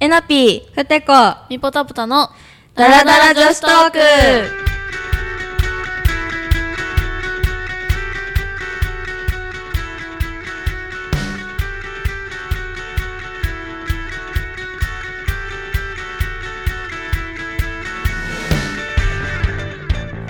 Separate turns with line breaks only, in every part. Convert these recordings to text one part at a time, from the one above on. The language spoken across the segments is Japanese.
えなぴー、ふてこ、ダ
ミポタプタの
ラダラ女子トーク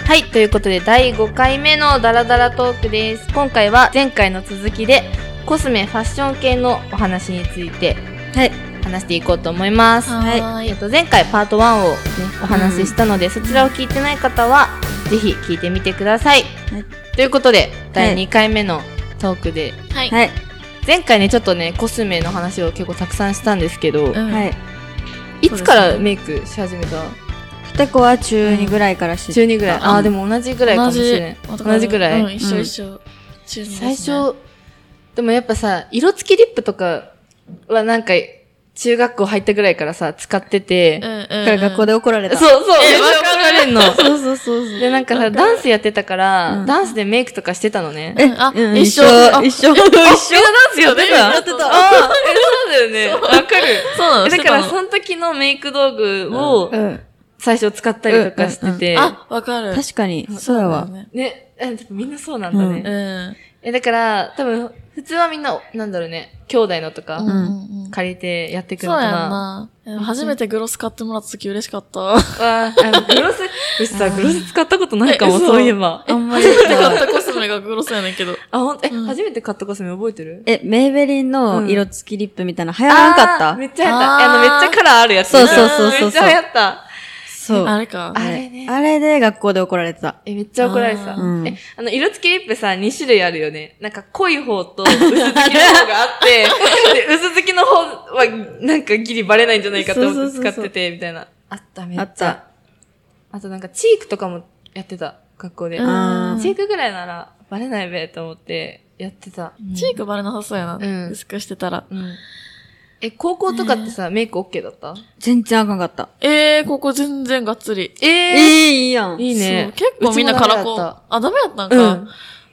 はい、ということで第5回目のダラダラトークです。今回は前回の続きでコスメファッション系のお話について
はい。
話していこうと思います。
はーい
えっと、前回パート1を、ね、お話ししたので、そちらを聞いてない方はぜひ聞いてみてください。
はい
ということで第2回目のトークで、
はい、
はい。
前回ねちょっとねコスメの話を結構たくさんしたんですけど、
うん
はい。
いつからメイクし始めた
ふてこは中二ぐらいからして、
中2ぐらいああーでも同じぐらいかも
同
し
じ
れない同じぐらい、
うん、一緒一緒、中二です
最
ね
初でもやっぱさ色付きリップとかはなんか中学校入ったぐらいからさ使ってて、
うんうんうん、
だから学校で怒られ
そ
た。
うそうめっ
え
ち
わ
ゃ怒られんの
そうそうそうそう
で、なんかさ、ダンスやってたから、
うん
ダンスでメイクとかしてたのね。
うんあ
うん
一緒あ
一緒。
一緒ダンスやってた
やってた
ああ、えそうだよね。わかる。
そうなの
だから、
そう
その時のメイク道具を
うん。
最初使ったりとかしてて。
なのあわかる
確かに、そうだわ。
ね、あでもみんなそうなんだ
う
ね。
ん
え、だから、多分、普通はみんな、なんだろうね、兄弟のとか
うんう、んうん
借りてやってく
そ
る
う
の
やん
かな。
な。でも初めてグロス買ってもらった時嬉しかった。
わあ、あのグロス、うちさ、グロス使ったことないかも、
え嘘
そういえば。
あんまり
初。めて買ったコスメがグロスやねんけど。
あ、ほんと、え、
うん
初めて買ったコスメ覚えてる
え、メイベリン
うん
の色付きリップみたいな流行らなか
あーめ
っ
っちゃ流行った。あの、めっ
あー
ちゃカラーあるやつ。
そうそうそうそう
めっちゃ流行った。
たそう。
あ
あ
れか。
あれね
れで学校で怒られてた。
え、めっちゃ怒られてた。
あ
え
ー
うん、
あの、色付きリップさ、2種類あるよね。なんか、濃い方と、薄付きの方があ って、で、薄付きの方は、なんか、ギリバレないんじゃないかと思って
そうそ
使
うそう
っ
そう
てて、みたいな。あった、めっちゃ。
あった。
あと、なんか、チークとかもやってた、学校で。
うん
あー
チークぐらいなら、バレないべ、と思って、やってた。
チークバレなさそうやな。
うん
薄くしてたら。
うん。え、高校とかってさ、メイク OK だった
全然あかんかった。
えー、ここ全然がっつり。
え
え
え
ー、いいやん。
いいね。
そう結構みんなカラコ
うちもダメだっ
ン。あ、ダメやったん
た
か。
うん。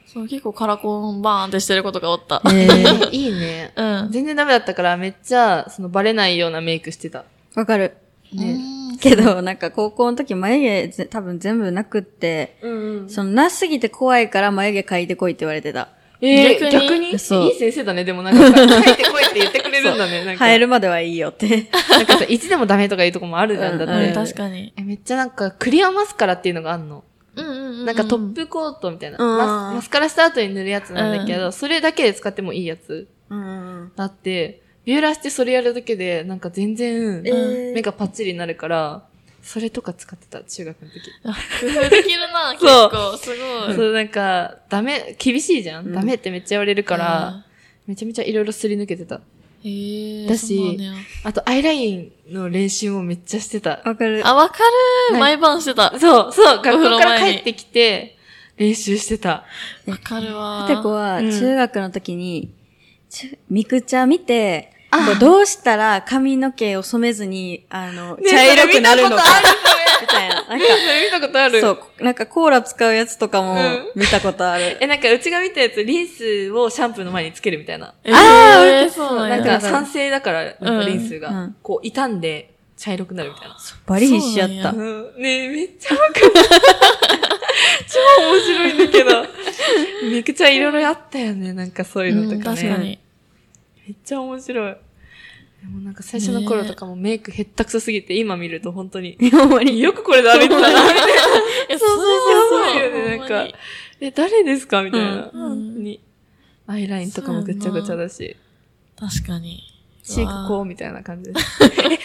そう、結構カラコンバーンってしてることがおった。
えー、
いいね。
うん。
全然ダメだったから、めっちゃ、その、バレないようなメイクしてた。
わかる。
ね。
けど、なんか高校の時眉毛ぜ多分全部なくって、
うん
そのなすぎて怖いから眉毛描いてこいって言われてた。
えー、逆
逆
に
に
そう
いい先生だね、でもなんかさ、入ってこいって言ってくれるんだね、なんか。
生えるまではいいよって。
なんかさ、いつでもダメとかいうとこもあるじゃん、だっ
うん
う
て。
ん、確かに。
え、めっちゃなんか、クリアマスカラっていうのがあんの。
うんうんう
なんかトップコートみたいな。
うん
マスマスカラした後に塗るやつなんだけど、それだけで使ってもいいやつ。
うん。
だって、ビューラーしてそれやるだけで、なんか全然
え、ー、
目がパッチリになるから、それとか使ってた、中学の時。
工夫できるな、結
そう
構。すごい。
そう、なんか、ダメ、厳しいじゃん、
うん
ダメってめっちゃ言われるから、めちゃめちゃいろいろすり抜けてた。
うん。へえ。
だし
そうなんや
あと、アイラインの練習もめっちゃしてた。
わかる。
あ、わか
な
る
い
毎晩してた。わ
そう、そう、
風
学校
呂
から
前に
帰ってきて、練習してた。
かるわ。
てこは
うん
中学の時に、ちゅミクチャ見て、
あ
こうどうしたら髪の毛を染めずに、あの、
ね
茶色くなるのか
それ見たことあ、
みたいな。なん
そ
か、
れ見たことある
そう、なんかコーラ使うやつとかも
うん
見たことある。
え、なんか、うちが見たやつ、リンスをシャンプーの前につけるみたいな。
えー。
あー
あそうな
なん
ん
か、
や。
酸性だから、なんか
うん
リンスが、
うん
こう、傷んで、茶色くなるみたいな。
バリ必死やった
そう。
うん、ねえ、めっちゃわかる。 超面白いんだけど。めくちゃいろいろあったよね、なんかそういうのと
うん
かね。
確かに。
めっちゃ面白い。でもなんか最初の頃とかもメイクへったくそすぎて、今見ると本当 に。
ほんまに。
よくこれで歩いてたな、みたいな。
え、そう
やばいよね、なんか。え、誰ですかみたいな。
うん
本当に。アイラインとかもぐっちゃぐちゃだし、
確かに。
チークこうみたいな感じです。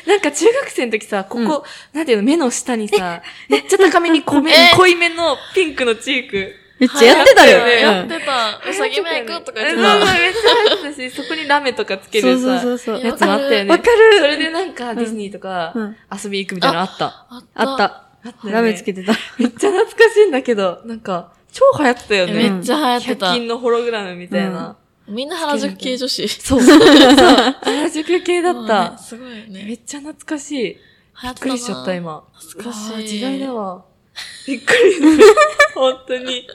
え、なんか中学生の時さ、ここ、
うん
なんていうの、目の下にさ、めっちゃ高めに濃め、
え
濃いめのピンクのチーク。
めっちゃやってたよ。
ね
や
う
っ
ん
てた。うさぎメイクとか言って
うんそうそ
た。
うめっちゃ流行ってたし、そこにラメとかつけ
そう
る
そうそ
さ、
うそう。
やつもあったよね。
わか
るそれでなんかディズニーとか
うん
遊び行くみたいなのあった。
あっ
あっ。た。
あったよね
ラメつけてた。
めっちゃ懐かしいんだけど、なんか、超流行ってたよ
えめ
ね。
っちゃ流行って
100
た。
均のホログラムみたいな。
みんな原宿系女子。
そう。 そう。原宿系だっ
うん
た。
すごいよね。
めっちゃ懐かしい。び
流行
っくりしちゃった
な。
今。
懐か
うわ
し
ー
い。
時代だわ。びっくりする。本当に。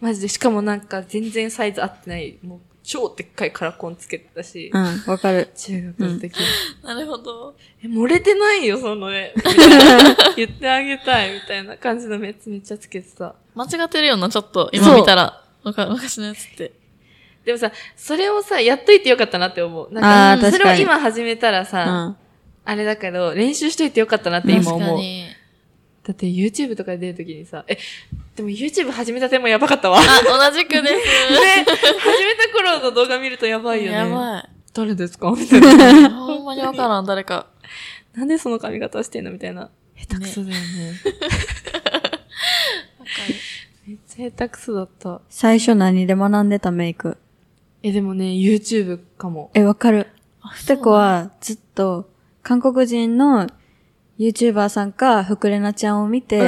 マジで、しかもなんか全然サイズ合ってない。もう、超でっかいカラコンつけてたし、
うん、わかる。
中学の時、
なるほど。
え、漏れてないよ、そのね。言ってあげたい、みたいな感じのやつめっちゃつけてた。
間違ってるよな、ちょっと。今見たら。わか昔のやつって。
でもさ、それをさ、やっといてよかったなって思う。
あ
なん
ー
か、それ
確
を
かに
今始めたら
う
さ、
ん。
あれだけど、練習しといてよかったなって
確
今思
か
う。
に。
だって YouTube とかで出るときにさ、え、でも YouTube 始めたてもやばかったわ。ね、
あ、同じくで
始めた頃の動画見るとやば
す。
いよね。
やばい。
誰ですかみたいな。
ほんまにわからん、誰か。
なんでその髪型してんのみたいな。下手くそだよね。
わ
めっちゃ下手くそだった。
最初何で学んでたメイク
え、でもね、YouTube かも。
え、わかる。
かる
ふてこ、はずっと韓国人の YouTuber さんか、ふくれなちゃんを見て、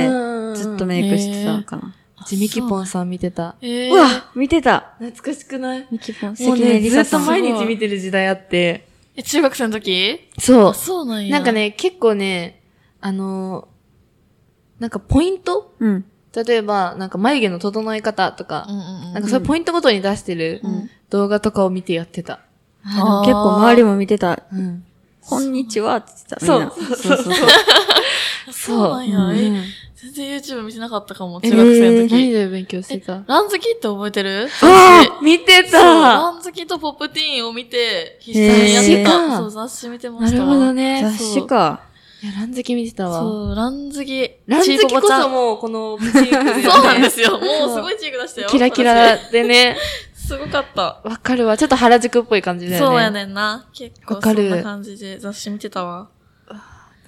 ずっと
ね。
メイクしてたのかな。
ちみきぽ
ン。
んさん見てた。
えー、
うわ見てた
懐かしくない
ミキポン、
もう
関根
ね、
理
ず
沙
っと
さん。
毎日見てる時代あって。
え中学生の時
そ
あ、そうなん
う。
や。
なんか、ね、結構ね、あのーなんかポイント
うん。
例えば、なんか眉毛の整え方と
うん
か、
うんうん。
なんかそういうポイントごとに出してる
うん
動画とかを見てやってた。
あでも結構周りも見てた。
うん。
こんにちはって言ってた。
そう
みんなそうそうそう。
そうなんや。
う
え
ん
全然 YouTube 見てなかったかも、
え
中学生の
何
時。
で勉強してた
ラン好きって覚えてる
あ見て
そうラ
た
ン好きとポップティーンを見て、必死にやって
へー
た。そう、雑誌見てま
な
した
る
わ。
ほどね。
雑誌か。
いや、ラン好き見てたわ。
そう、ラン好き。
ラン好
チ
き
ーポ
こ
ポちゃ
そ
ん
もう、このチークで、ね。
そうなんで すよ。も
そう
うすごいチーク出したよ。
キラキラでね。
私。すごかった。
わかるわ。ちょっと原宿っぽい感じだよね。
そうや。ねんな。結構
わか
そ
る
んな感じで雑誌見てたわ。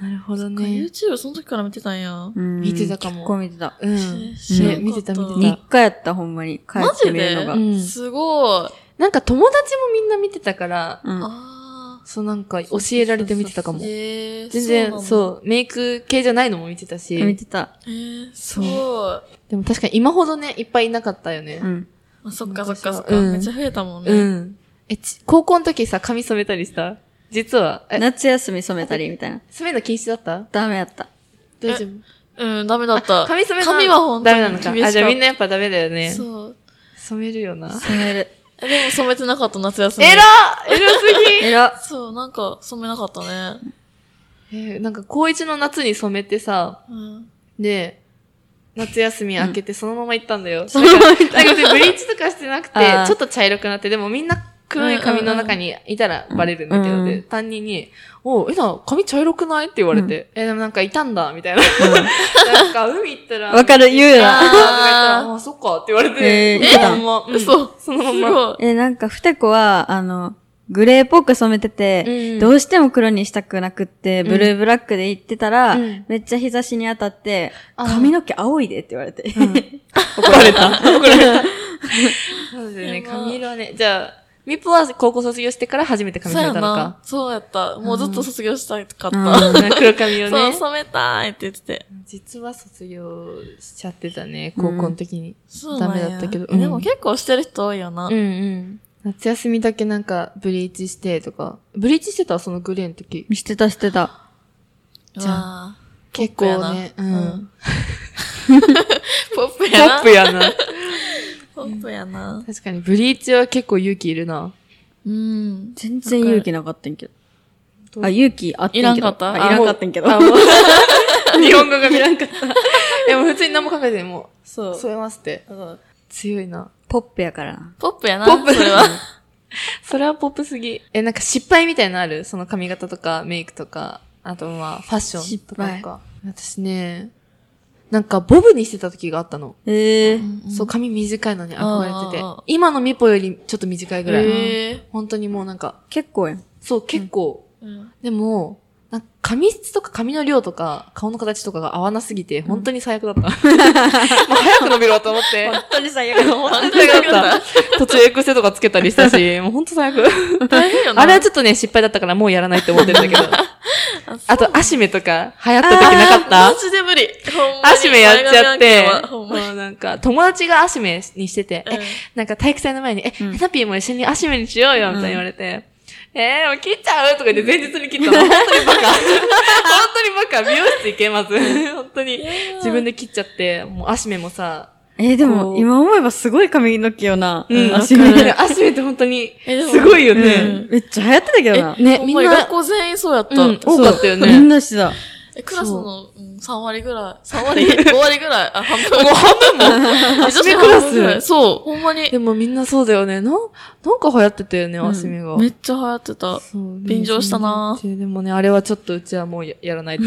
なるほどね。
YouTube その時から見てたんや。
うん
見てたかも
結構見てた。
うん。
知ら
ね、
んかった
見てた見て
日
た。
課やった、ほんまに。帰
マ
って
ジ
見るの
で
が。
うん
すごい。
なんか友達もみんな見てたから、
うん
あー
そうなんか教えられて見てたかも。
えー、
全然、そう
う
メイク系じゃないのも見てた
見
し、
てた。
なんだ。えー、すごい。
でも確かに今ほどね、いっぱいいなかったよね
う。ん。
まあ、そっかそっかそっ
う
か。
ん
めっちゃ増えたもんね。
うん。え、ち高校の時さ、髪染めたりした実は、え、
夏休み染めたりみたいな。
染めるの禁止だった
ダメやった。
大丈夫
うん、ダメだった。
あ髪染めるの
髪は本当
ダ
に
メ
厳
な
し
の
か
か。
った。
あ、じゃあみんなやっぱダメだよね。
そう。
染めるよな。
染める。
えでも染めてなかった、夏休み。
えらえらすぎ
えら。
そう、なんか染めなかったね。
えーなんか高一の夏に染めてさ、
うん。
で、夏休み明けてそのまま行ったんだよ。
そのまま行っ
だけどブリーチとかしてなくて
あー、
ちょっと茶色くなって、でもみんな黒い髪の中にいたらバレるんだけ
うんう
ど、
ん
で、担任に、おう、えな、髪茶色くないって言われて、え、でもなんかいたんだ、みたいな。なんか海行ったら、
わかる、言
あー
う
と
な。
か言ったら、あ、そっかって言われ
え
て、
ー
そのまま、うん
嘘。
そのますま。
ごい。
え、なんか、ふてこは、あの、グレーっぽく染めてて、
うん
どうしても黒にしたくなくって、ブルーブラックで行ってたら、
うん
めっちゃ日差しに当たって、
あー
髪の毛青いでって言われ て。
怒られた。怒られ た。そうですよね、髪色はね。じゃあ、ミップは高校卒業してから初めて髪
そう
染
や
めたのか
な。。そうやった。もうずっと卒業したかった。
うん
うん黒髪を
そう、
ね。
染めたいって言ってて。
実は卒業しちゃってたね、高校の時に。
そうなんや
ダメだったけどうん
でも結構してる人多いよな。
うんうん。夏休みだけなんかブリーチしてとか。ブリーチしてたそのグレーの時。
してたしてた。
じゃ
あ。
結構ね。う
ポップやな。
ん。
ポップ
ポ
やな。
ップやな。
ポップやな。
確かにブリーチは結構勇気いるな。
うん。
全然勇気なかったんけど。あ、勇気あって
い
んけど。
らんかった
あいらんかったんけど。
あ、もう。 日本語が見らんかった。 でも普通に何も考えてないも、
そうう。
添えますって。強いな。
ポップやからな。
ポップやな。
ポップ
それは。
それはポップすぎ。え、なんか失敗みたいなのあるその髪型とかメイクとか、あとまあファッションとかと
失
か。私ね、なんかボブにしてた時があったの。
ええ
そう、髪短いのに憧れてて
あーあー。
今のミポよりちょっと短いぐらい。
へえ
本当にもうなんか、
結構やん。
そう結構、
うん。
でも、なんか髪質とか髪の量とか顔の形とかが合わなすぎて、本当に最悪だ った。もう早く伸びろと思って。
当に最悪。
本当に最悪だった。途中エクセとかつけたりしたし、もう本当最悪。
大変よな。
あれはちょっとね、失敗だったからもうやらないって思ってるん だけど。
あ
あと、アシメとか流行った時なかった
マジで無理。ほんまに
アシメやっちゃって
前髪なん、かはほんまに。
もうなんか、友達がアシメにしてて、
うん
え、なんか体育祭の前に、え、
うん
ヘナピーも一緒にアシメにしようよ、みたいに言われて、えー、もう切っちゃうとか言って前日に切ったの。本当 にバカ。本当にバカ。美容室行けます。本当に
やー。
自分で切っちゃって、もうアシメもさ、
えーで
こ
も、
う
今思えばすごい髪の毛よな。
うん、
足
足
の
目
毛。
で。足目って本当に、
えです
ごいよ
うん
ね。
めっちゃ流行ってたけど
ね、
な。ね、
ほん
み
ま
ん
に
な
学、校全員そうやった。
うん多かったよね
そうみんなしてた。
えクラスの、うん、3割ぐらい、3割、5割 ぐらい、あ、半分。もう
半
分 も
足目クラス
そう、ほんまに。
でもみんなそうだよね。なん、なんか流行ってたよね、足目が。
めっちゃ流行ってた。
そう
便乗したな
でもね、あれはちょっとうちはもうややらないと。
う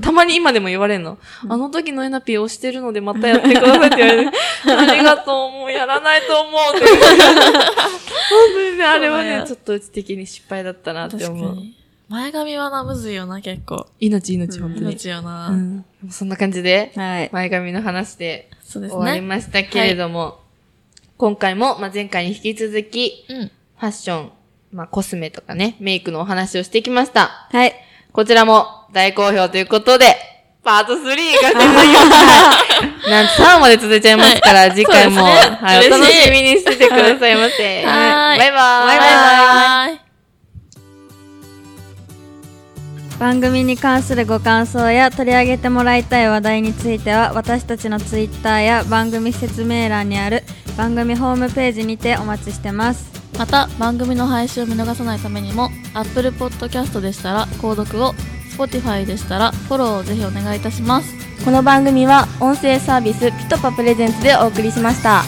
たまに今でも言われんの。
うん
あの時のエナピー押してるのでまたやってください って言われる。ありがとう、もうやらないと思うって。本当にね、あれは
そうなん
ね
や、
ちょっとうち的に失敗だったなって
確か
思う。
に。前髪はな、むずいよな、結構。
命、命、本当に。
命よな、
うん。そんな感じで、
はい。
前髪の話で
そうです
終わり
ね。
ましたけれども、今回も、まあ、前回に引き続き、
うん。
ファッション、まあ、コスメとかね、メイクのお話をしてきました。
はい。
こちらも大好評ということで、パート3が出てきました。なんと3まで続いちゃいますから、次回も、
そうですね
はい、お
嬉しい
楽しみにしててくださいませ。
はーい
バイバーイ。
バイバイ。
番組に関するご感想や取り上げてもらいたい話題については私たちのツイッターや番組説明欄にある番組ホームページにてお待ちしてます
また番組の配信を見逃さないためにも Apple Podcast でしたら購読を Spotify でしたらフォローをぜひお願いいたします
この番組は音声サービスピトパプレゼンツでお送りしました。